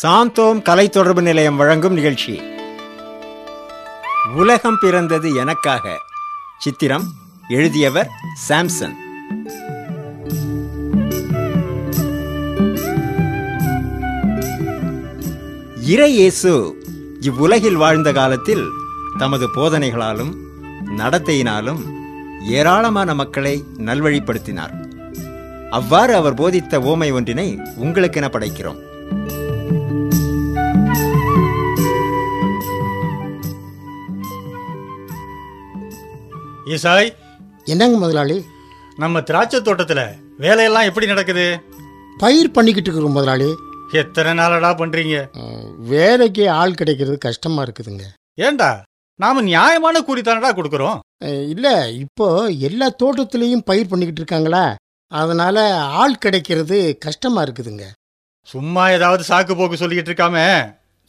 சாந்தோம் கலை தொடர்பு நிலையம் வழங்கும் நிகழ்ச்சி உலகம் பிறந்தது எனக்காக சித்திரம் எழுதியவர் சாம்சன் இறை இயேசு இவ்வுலகில் வாழ்ந்த காலத்தில் தமது போதனைகளாலும் நடத்தையினாலும் ஏராளமான மக்களை நல்வழிப்படுத்தினார் அவ்வாறு அவர் போதித்த ஓமை ஒன்றினை உங்களுக்கென படைக்கிறோம் ஈசாய் என்னங்க முதலாளி நம்ம திராட்சை தோட்டத்தில் வேலையெல்லாம் எப்படி நடக்குது பயிர் பண்ணிக்கிட்டு இருக்கிறோம் முதலாளி எத்தனை நாளடா பண்ணுறீங்க அஹ், வேலைக்கு ஆள் கிடைக்கிறது கஷ்டமாக இருக்குதுங்க ஏண்டா நாம் நியாயமான கூலி தானடா கொடுக்குறோம் இல்லை இப்போ எல்லா தோட்டத்துலேயும் பயிர் பண்ணிக்கிட்டு இருக்காங்களா அதனால ஆள் கிடைக்கிறது கஷ்டமாக இருக்குதுங்க சும்மா ஏதாவது சாக்கு போக்கு சொல்லிக்கிட்டு இருக்காம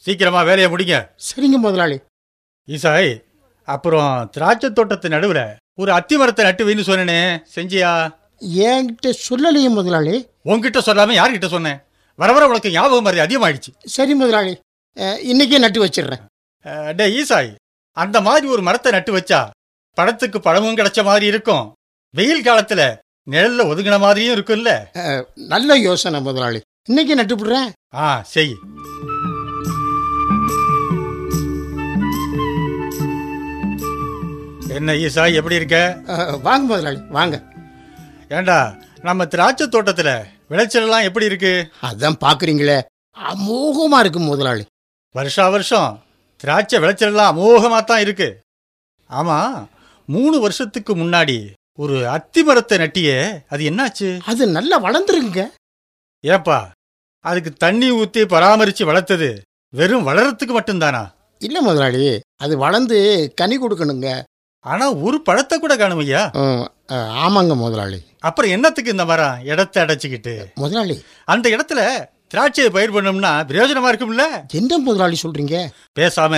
சீக்கிரமா வேலையை முடிங்க சரிங்க முதலாளி ஈசாய் அப்புறம் திராட்சை தோட்டத்து நடுவில் ஒரு அத்தி மரத்தை நட்டு வைன்னு சொன்னேனே செஞ்சியா என்கிட்ட சொல்லலையே முதலாளி உன்கிட்ட சொல்லாம யார்கிட்ட சொன்னேன் வர வர உனக்கு ஞாபகம் மாதிரி அதிகமாயிடுச்சு சரி முதலாளி அஹ், இன்னைக்கே நட்டு வச்சிடுறேன் அஹ், டேய் ஈசாய் அந்த மாதிரி ஒரு மரத்தை நட்டு வச்சா பழத்துக்கு பழமும் கிடைச்ச மாதிரி இருக்கும் வெயில் காலத்துல நிழல்ல ஒதுங்கின மாதிரியும் இருக்கும்ல அஹ், நல்ல யோசனை முதலாளி இன்னைக்கே நட்டு விடுறேன் ஆ செய் என்ன ஈசா எப்படி இருக்க அஹ், வாங்க முதலாளி வாங்க ஏண்டா நம்ம திராட்சை தோட்டத்துல விளைச்சல் எல்லாம் எப்படி இருக்கு அதான் பார்க்குறீங்களே அமோகமாக இருக்கும் முதலாளி வருஷா வருஷம் திராட்சை விளைச்சல் எல்லாம் அமோகமாக தான் இருக்கு ஆமா மூணு வருஷத்துக்கு முன்னாடி ஒரு அத்தி மரத்தை நட்டியே அது என்னாச்சு அது நல்லா வளர்ந்துருக்குங்க ஏப்பா அதுக்கு தண்ணி ஊத்தி பராமரிச்சு வளர்த்தது வெறும் வளரத்துக்கு மட்டும்தானா இல்லை முதலாளி அது வளர்ந்து கனி கொடுக்கணுங்க ஆனா ஒரு பழத்தை கூட காணும் ஐயா ம், அஹ், ஆமாங்க முதலாளி அப்புறம் என்னத்துக்கு இந்த மரம் இடத்தை அடைச்சிக்கிட்டு முதலாளி அந்த இடத்துல திராட்சையை பயிர் பண்ணோம்னா பிரயோஜனமா இருக்கும்ல என்ன முதலாளி சொல்றீங்க பேசாம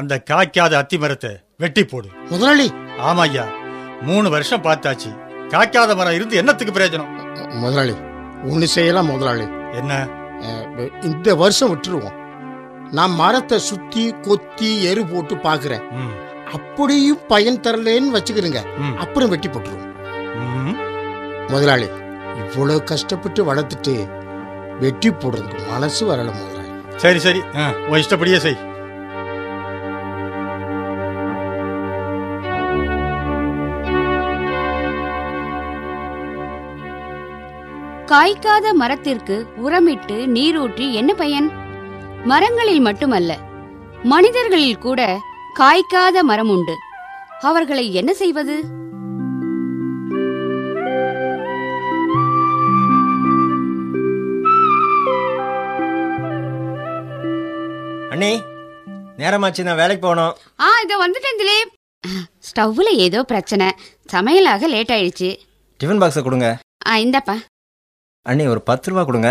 அந்த காய்க்காத அத்தி மரத்தை வெட்டி போடு முதலாளி ஆமாய்யா மூணு வருஷம் பார்த்தாச்சு காய்க்காத மரம் இருந்து என்னத்துக்கு பிரயோஜனம் அஹ், முதலாளி ஒன்று செய்யலாம் முதலாளி என்ன அஹ், வ- இந்த வருஷம் விட்டுருவோம் நான் மரத்தை சுத்தி கொத்தி எரு போட்டு பார்க்குறேன் ம், அப்படியும் பயன் தரலேன்னு வச்சுக்கிறேங்க ம், அப்புறம் வெட்டி போட்டுருவோம் ம். முதலாளி இவ்வளவு கஷ்டப்பட்டு வளர்த்துட்டு வெட்டி போடுறதுக்கு மனசு வரல முதலாளி சரி சரி ஆ, உன் இஷ்டப்படியே செய் காய்க்காத மரத்திற்கு உரமிட்டு நீரூற்றி என்ன பயன் மரங்களில் மட்டுமல்ல மனிதர்களில் கூட காய்க்காத மரம் உண்டு அவர்களை என்ன செய்வது அண்ணே நேரமாச்சு நான் வேலைக்கு போகணும் ஆ இதோ வந்துட்டேன் திலீப் ஸ்டவ்ல ஏதோ பிரச்சனை சமையலாக லேட் ஆயிடுச்சு டிஃபன் பாக்ஸை கொடுங்க ஆ இந்தாப்பா அண்ணே ஒரு பத்து ரூபா கொடுங்க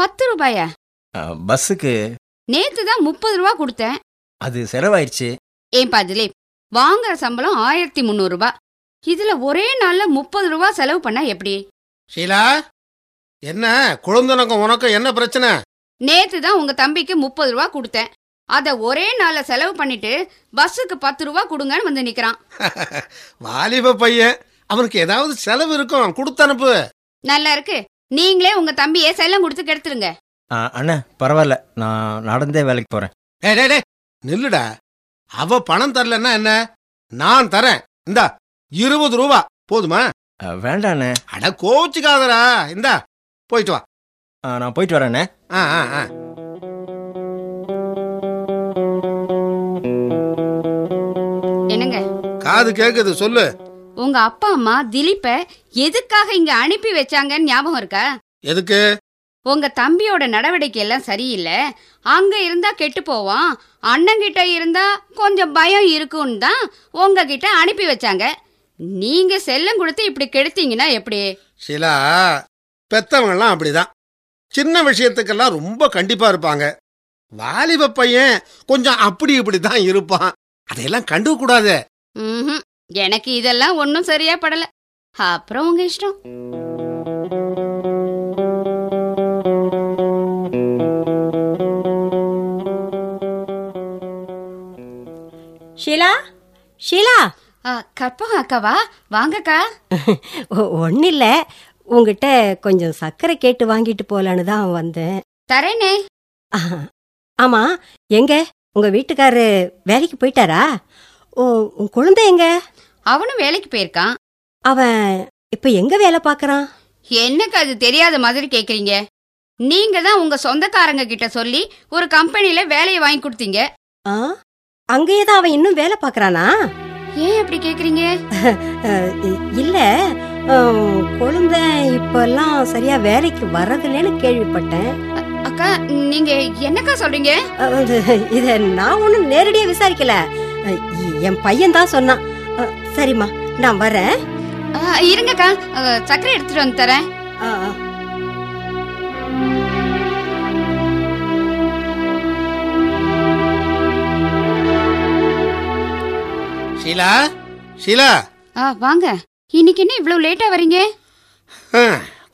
பத்து ரூபாயா அஹ், பஸ்ஸுக்கு நேத்து தான் முப்பது ரூபா கொடுத்தேன் அது செலவாயிருச்சு ஏன்பா திலீப் வாங்குற சம்பளம் ஆயிரத்தி முந்நூறு ரூபாய் இதுல ஒரே நாள்ல முப்பது ரூபா செலவு பண்ணா எப்படி ஷீலா என்ன குழந்தனக்கும் உனக்கும் என்ன பிரச்சனை நேத்து தான் உங்க தம்பிக்கு முப்பது ரூபா கொடுத்தேன் அத ஒரே நாள்ல செலவு பண்ணிட்டு பஸ்ஸுக்கு பத்து ரூபா கொடுங்கன்னு வந்து நிக்கிறான் வாலிப பையன் அவனுக்கு ஏதாவது செலவு இருக்கும் கொடுத்து அனுப்பு நல்லா இருக்கு நீங்களே உங்க தம்பியை செல்லம் கொடுத்து கெடுத்துருங்க அஹ், அண்ணா பரவாயில்ல நான் நடந்தே வேலைக்கு போகிறேன் ஏய், டேய், டேய், நில்லுடா அவ பணம் தரலன்னா என்ன நான் தரேன் இந்தா இருபது ரூபா போதுமா வேண்டாம் அண்ணே அட கோச்சுக்காதடா இந்தா போயிட்டு வா அஹ், நான் போயிட்டு வரேன் அண்ணே. ஆ ஆ ஆ என்னங்க காது கேக்குது சொல்லு உங்க அப்பா அம்மா திலீப்ப எதுக்காக இங்க அனுப்பி வச்சாங்கன்னு ஞாபகம் இருக்கா எதுக்கு உங்க தம்பியோட நடவடிக்கை எல்லாம் சரியில்லை அங்க இருந்தா கெட்டு போவான் அண்ணங்கிட்ட இருந்தா கொஞ்சம் பயம் இருக்கும்னு தான் உங்ககிட்ட அனுப்பி வச்சாங்க நீங்க செல்லம் கொடுத்து இப்படி கெடுத்தீங்கன்னா எப்படி ஷீலா பெத்தவங்கெல்லாம் அப்படிதான் சின்ன விஷயத்துக்கெல்லாம் ரொம்ப கண்டிப்பா இருப்பாங்க வாலிப பையன் கொஞ்சம் அப்படி இப்படி தான் இருப்பான் அதையெல்லாம் கண்டுக்க கூடாது ம்ஹும். எனக்கு இதெல்லாம் ஒன்றும் சரியா படல அப்புறம் உங்க இஷ்டம் ஷீலா ஷீலா ஆ, கற்பகம் அக்காவா வாங்கக்கா ஒன்றும் இல்லை உங்ககிட்ட கொஞ்சம் சர்க்கரை கேட்டு வாங்கிட்டு போலான்னு தான் வந்தேன் தரேனே ஆமாம் எங்க உங்கள் வீட்டுக்காரரு வேலைக்கு போயிட்டாரா ஓ உன் குழந்தை எங்க அவனும் வேலைக்கு போயிருக்கான் அவன் இப்போ எங்கே வேலை பார்க்குறான் என்னக்கு அது தெரியாத மாதிரி கேக்குறீங்க நீங்க தான் உங்க சொந்தக்காரங்க கிட்ட சொல்லி ஒரு கம்பெனில வேலையை வாங்கி கொடுத்தீங்க ஆ அங்கேயே தான் அவன் இன்னும் வேலை பார்க்குறானா ஏன் அப்படி கேக்குறீங்க இல்லை குழந்தை இப்போல்லாம் சரியாக வேலைக்கு வர்றதில்லைன்னு கேள்விப்பட்டேன் அக்கா நீங்க என்னக்கா சொல்றீங்க அது, இத நான் ஒன்றும் நேரடியாக விசாரிக்கல அஹ், இ- என் பையன் தான் சொன்னான் அஹ், சரிம்மா நான் வரேன் ஆ, இருங்கக்கா ஆ, சர்க்கரை எடுத்துட்டு வந்து தரேன் அஹ், அஹ். ஷீலா ஷீலா ஆ, வாங்க இன்னைக்கு என்ன இவ்வளவு லேட்டா வரீங்க ஆ,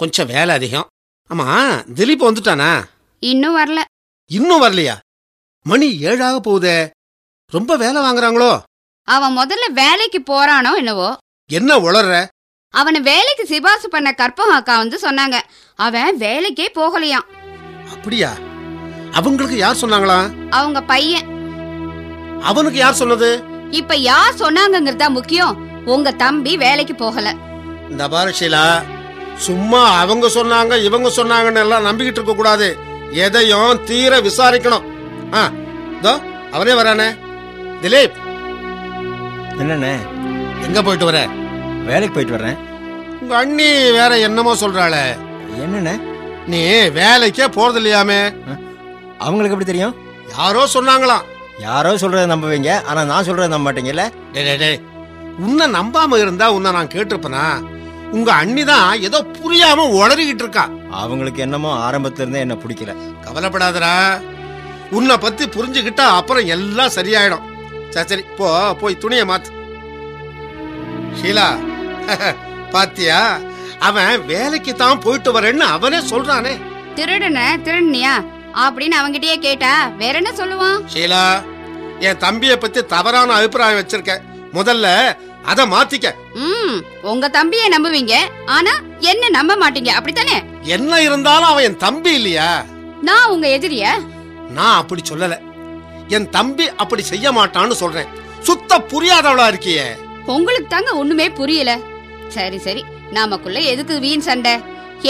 கொஞ்சம் வேலை அதிகம் ஆமா திலீப் வந்துட்டானா இன்னும் வரல இன்னும் வரலையா மணி ஏழாக போகுதே ரொம்ப வேலை வாங்குறாங்களோ அவன் முதல்ல வேலைக்கு போறானோ என்னவோ என்ன உளற அவனை வேலைக்கு சிபாசு பண்ண கற்பகம் அக்கா வந்து சொன்னாங்க அவன் வேலைக்கே போகலையாம் அப்படியா அவங்களுக்கு யார் சொன்னாங்களாம் அவங்க பையன் அவனுக்கு யார் சொன்னது இப்ப யார் சொன்னாங்கங்கிறது தான் முக்கியம் உங்க தம்பி வேலைக்கு போகல இந்த பாரு ஷீலா சும்மா அவங்க சொன்னாங்க இவங்க சொன்னாங்கன்னு எல்லாம் நம்பிக்கிட்டு இருக்க கூடாது எதையும் தீர விசாரிக்கணும் ஆ இதோ அவனே வரானே திலீப் என்னண்ணே எங்க போயிட்டு வர வேலைக்கு போயிட்டு வர்றேன் உங்க அண்ணி வேற என்னமோ சொல்றாளே என்னண்ணே நீ வேலைக்கே போறது இல்லையாமே அவங்களுக்கு எப்படி தெரியும் யாரோ சொன்னாங்களாம் யாரோ சொல்கிறத நம்புவீங்க ஆனால் நான் சொல்கிறத நம்ப மாட்டீங்கல்ல டேய், டேய், டேய். உன்னை நம்பாம இருந்தா உன்னை நான் கேட்டிருப்பேனா உங்க அண்ணி தான் ஏதோ புரியாம உளறிக்கிட்டு இருக்கா அவங்களுக்கு என்னமோ ஆரம்பத்துலேருந்தே என்ன பிடிக்கல கவலைப்படாதடா உன்னை பத்தி புரிஞ்சுக்கிட்டா அப்புறம் எல்லாம் சரியாயிடும் சரி சரி போ போய் துணியை மாத்து ஷீலா பாத்தியா அவன் வேலைக்கு தான் போயிட்டு வரேன்னு அவனே சொல்றானே திருடன திருடனியா அப்படின்னு அவங்கிட்டயே கேட்டா வேற என்ன சொல்லுவான் ஷீலா என் தம்பியை பத்தி தவறான அபிப்பிராயம் வச்சிருக்க முதல்ல அதை மாத்திக்க ம் உங்க தம்பியை நம்புவீங்க ஆனா என்ன நம்ப மாட்டீங்க அப்படித்தானே என்ன இருந்தாலும் அவன் என் தம்பி இல்லையா நான் உங்க எதிரியா நான் அப்படி சொல்லல என் தம்பி அப்படி செய்ய மாட்டான்னு சொல்றேன் சுத்த புரியாதவளா இருக்கியே உங்களுக்கு தாங்க ஒண்ணுமே புரியல சரி சரி நமக்குள்ள எதுக்கு வீண் சண்டை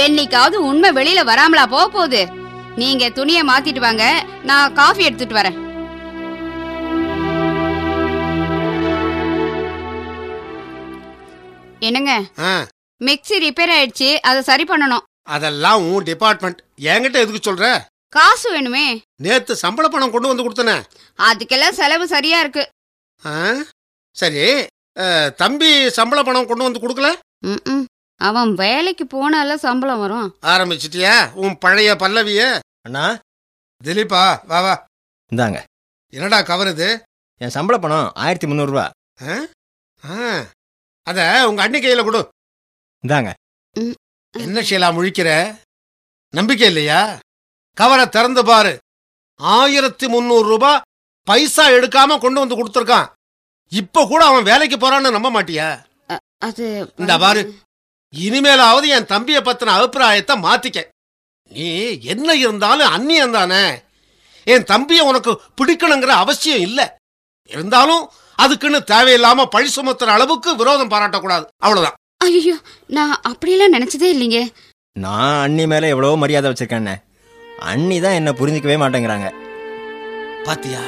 என்னைக்காவது உண்மை வெளியில வராமலா போக போகுது நீங்க துணியை மாத்திட்டு வாங்க நான் காஃபி எடுத்துட்டு வரேன் என்னங்க ஆ, மிக்ஸி ரிப்பேர் ஆயிடுச்சு அதை சரி பண்ணணும் அதெல்லாம் உன் டிபார்ட்மெண்ட் என்கிட்ட எதுக்கு சொல்ற காசு வேணுமே நேத்து சம்பள பணம் கொண்டு வந்து கொடுத்தனே அதுக்கெல்லாம் செலவு சரியா இருக்கு ஆ, சரி அ, தம்பி சம்பள பணம் கொண்டு வந்து கொடுக்கல ம்ம். அவன் வேலைக்கு போனால சம்பளம் வரும் ஆரம்பிச்சிட்டியா உன் பழைய பல்லவிய அண்ணா திலீப்பா வா வா இந்தாங்க என்னடா கவர் இது என் சம்பள பணம் ஆயிரத்தி முந்நூறுரூவா ஆ, அத உங்க அண்ணி கையில கொடு இந்தாங்க என்ன ஷீலா முழிக்கிற நம்பிக்கை இல்லையா கவரை திறந்து பாரு ஆயிரத்தி முந்நூறு ரூபாய் பைசா எடுக்காம கொண்டு வந்து கொடுத்துருக்கான் இப்ப கூட அவன் வேலைக்கு போறான்னு நம்ப மாட்டியா அது இந்த பாரு இனிமேலாவது என் தம்பியை பத்தின அபிப்பிராயத்தை மாத்திக்க நீ என்ன இருந்தாலும் அந்நியன் தானே என் தம்பியை உனக்கு பிடிக்கணுங்கிற அவசியம் இல்லை இருந்தாலும் அதுக்குன்னு தேவையில்லாம பழி சுமத்துற அளவுக்கு விரோதம் பாராட்டக்கூடாது அவ்வளவுதான் ஐயோ நான் அப்படியெல்லாம் நினைச்சதே இல்லைங்க நான் அண்ணி மேலே எவ்வளோ மரியாதை வச்சுருக்கேண்ணே அண்ணி தான் என்னை புரிஞ்சிக்கவே மாட்டேங்கிறாங்க பாத்தியா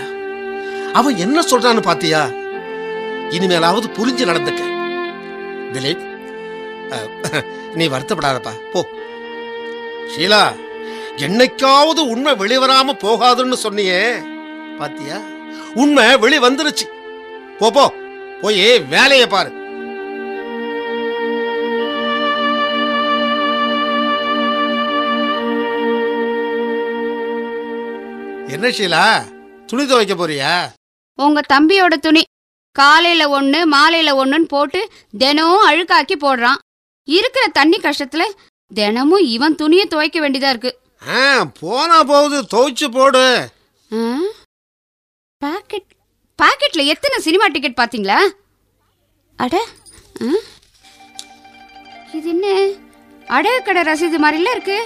அவன் என்ன சொல்றான்னு பாத்தியா இனிமேலாவது புரிஞ்சு நடந்துக்க திலீப் அஹ், நீ வருத்தப்படாதப்பா போ ஷீலா என்னைக்காவது உண்மை வெளிவராம போகாதுன்னு சொன்னியே பாத்தியா உண்மை வெளி வந்துருச்சு போ போ போய் வேலையை பாரு என்ன ஷீலா துணி துவைக்க போறியா உங்க தம்பியோட துணி காலையில ஒண்ணு மாலையில ஒண்ணுன்னு போட்டு தினமும் அழுக்காக்கி போடுறான் இருக்கிற தண்ணி கஷ்டத்துல தினமும் இவன் துணியை துவைக்க வேண்டியதா இருக்கு ஆ போனா போகுது துவைச்சு போடு பாக்கெட் பாக்கெட்ல எத்தனை சினிமா டிக்கெட் பாத்தீங்களா அட ஆ? இது என்ன அடகு கடை ரசீது மாதிரில இருக்கு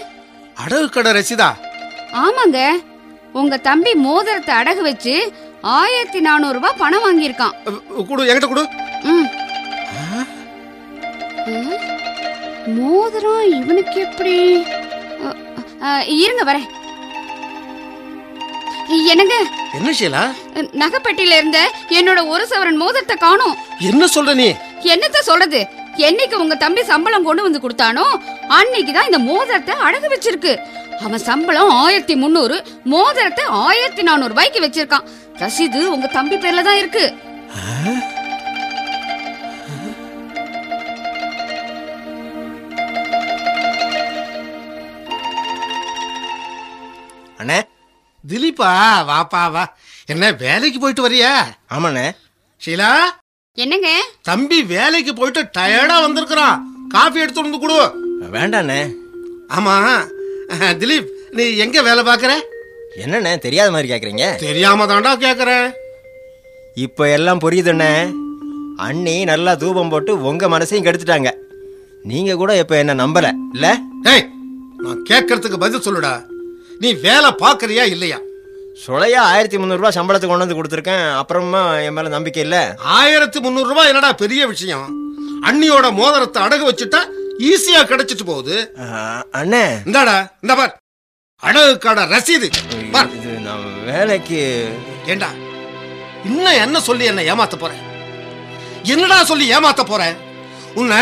அடகு கடை ரசிதா ஆமாங்க உங்க தம்பி மோதிரத்தை அடகு வச்சு ஆயிரத்தி நானூறு ரூபாய் பணம் வாங்கியிருக்கான் அ, கொடு என்கிட்ட கொடு ம். ஆ? மோதிரம் இவனுக்கு எப்படி அ, அ, இருங்க வரேன் என்னங்க என்ன ஷீலா நகைப்பட்டியில இருந்த என்னோட ஒரு சவரன் மோதிரத்தை காணோம் என்ன சொல்ற நீ என்னத்த சொல்றது என்னைக்கு உங்க தம்பி சம்பளம் கொண்டு வந்து கொடுத்தானோ அன்னைக்கு தான் இந்த மோதிரத்தை அடகு வச்சிருக்கு அவன் சம்பளம் ஆயிரத்தி முந்நூறு மோதிரத்தை ஆயிரத்தி நானூறு ரூபாய்க்கு வச்சிருக்கான் ரசீது உங்க தம்பி பேர்ல தான் இருக்கு அண்ணே திலீப்பா வாப்பா வா என்ன வேலைக்கு போயிட்டு வரியா ஆமாண்ணே ஷீலா என்னங்க தம்பி வேலைக்கு போயிட்டு டயர்டா வந்திருக்கிறான் காஃபி எடுத்து வந்து கொடு வேண்டாண்ணே ஆமா அஹ், திலீப் நீ எங்க வேலை பார்க்கற என்னண்ணே தெரியாத மாதிரி கேட்குறீங்க தெரியாம தாண்டா கேக்குற இப்போ எல்லாம் புரியுதுண்ணே அண்ணி நல்லா தூபம் போட்டு உங்கள் மனசையும் கெடுத்துட்டாங்க நீங்கள் கூட இப்போ என்ன நம்பலை இல்லை டேய் நான் கேட்கறதுக்கு பதில் சொல்லுடா நீ வேலை பார்க்கறியா இல்லையா சுழையா ஆயிரத்தி முந்நூறுரூவா சம்பளத்துக்கு கொண்டு வந்து கொடுத்துருக்கேன் அப்புறமா என் மேலே நம்பிக்கை இல்லை ஆயிரத்தி முந்நூறு ரூபாய் என்னடா பெரிய விஷயம் அண்ணியோட மோதிரத்தை அடகு வச்சுட்டா ஈஸியா கிடைச்சிட்டு போகுது அஹ், அண்ணே இந்தாடா இந்த பார் அடகு கடை ரசீது பார் இது நான் வேலைக்கு ஏண்டா இன்னும் என்ன சொல்லி என்ன ஏமாத்த போற என்னடா சொல்லி ஏமாத்த போற உன்னை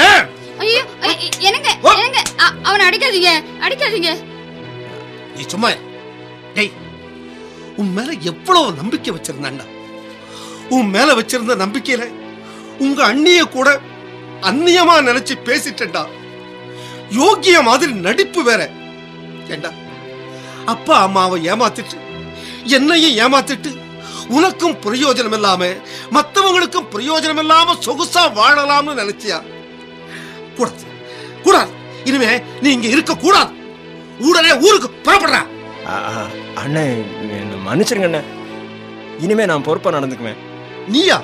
ஐயோ ஐ- ஐ- என்னங்க ஓ! என்னங்க அ- அவனை அடிக்காதீங்க அடிக்காதீங்க நீ சும்மா இரு. டேய் உன் மேல எவ்வளவு நம்பிக்கை வச்சிருந்தா உன் மேல வச்சிருந்த நம்பிக்கையில உங்க அண்ணிய கூட அந்நியமா நினைச்சு பேசிட்டேன்டா யோகிய மாதிரி நடிப்பு வேற ஏண்டா அப்பா அம்மாவை ஏமாத்திட்டு என்னையும் ஏமாத்திட்டு உனக்கும் பிரயோஜனம் இல்லாம மத்தவங்களுக்கும் பிரயோஜனம் இல்லாம சொகுசா வாழலாம்னு நினைச்சியா கூடாது கூடாது இனிமே நீ இங்க இருக்க கூடாது உடனே ஊருக்கு புறப்படுற அ- அ- அண்ணே என்னை மன்னிச்சிருங்க அண்ணே இனிமே நான் பொறுப்பாக நடந்துக்குவேன் நீயா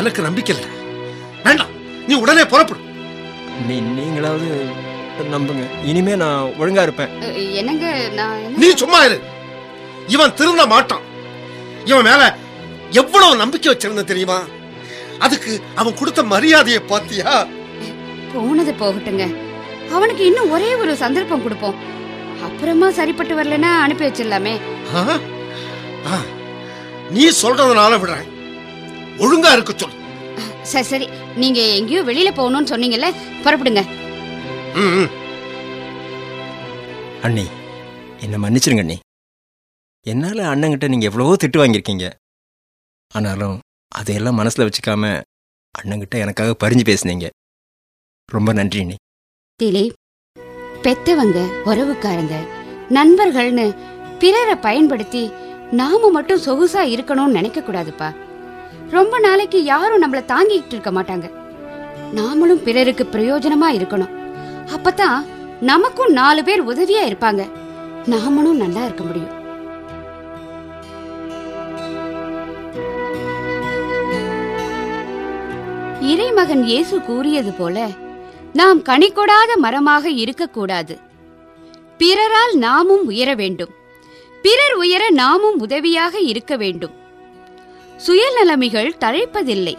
எனக்கு நம்பிக்கை இல்லை வேண்டாம் நீ உடனே புறப்படு நீ நீங்களாவது நம்புங்க இனிமே நான் ஒழுங்கா இருப்பேன் அ, என்னங்க நான் என்ன- நீ சும்மா இரு இவன் திருந்த மாட்டான் இவன் மேல எவ்வளவு நம்பிக்கை வச்சிருந்த தெரியுமா அதுக்கு அவன் கொடுத்த மரியாதையை பாத்தியா போனது போகட்டுங்க அவனுக்கு இன்னும் ஒரே ஒரு சந்தர்ப்பம் கொடுப்போம் அப்புறமா சரிப்பட்டு வரலன்னா அனுப்பி வச்சிடலாமே ஆ? ஆ. நீ சொல்றதுனால விடுறேன் ஒழுங்கா இருக்க சொல்லு சரி சரி நீங்க எங்கேயோ வெளியில போகணும்னு சொன்னீங்கல்ல புறப்படுங்க ம், ம். அண்ணி என்னை மன்னிச்சிருங்க அண்ணி என்னால் அண்ணங்கிட்ட நீங்கள் எவ்வளவோ திட்டு வாங்கியிருக்கீங்க ஆனாலும் அதையெல்லாம் மனசில் வச்சுக்காம அண்ணங்கிட்ட எனக்காக பரிஞ்சு பேசுனீங்க ரொம்ப நன்றி அண்ணி திலீப் பெத்தவங்க உறவுக்காரங்க நண்பர்கள்னு பிறரை பயன்படுத்தி நாம மட்டும் சொகுசா இருக்கணும்னு நினைக்க கூடாதுப்பா ரொம்ப நாளைக்கு யாரும் நம்மள தாங்கிக்கிட்டு இருக்க மாட்டாங்க நாமளும் பிறருக்கு பிரயோஜனமா இருக்கணும் அப்பதான் நமக்கும் நாலு பேர் உதவியா இருப்பாங்க நாமளும் நல்லா இருக்க முடியும் இறைமகன் இயேசு கூறியது போல நாம் கனிக்கொடாத மரமாக இருக்கக்கூடாது பிறரால் நாமும் உயர வேண்டும் பிறர் உயர நாமும் உதவியாக இருக்க வேண்டும் சுயநலமிகள் தழைப்பதில்லை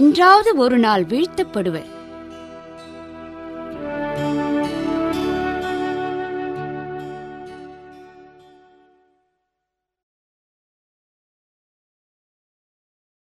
என்றாவது ஒரு நாள் வீழ்த்தப்படுவர்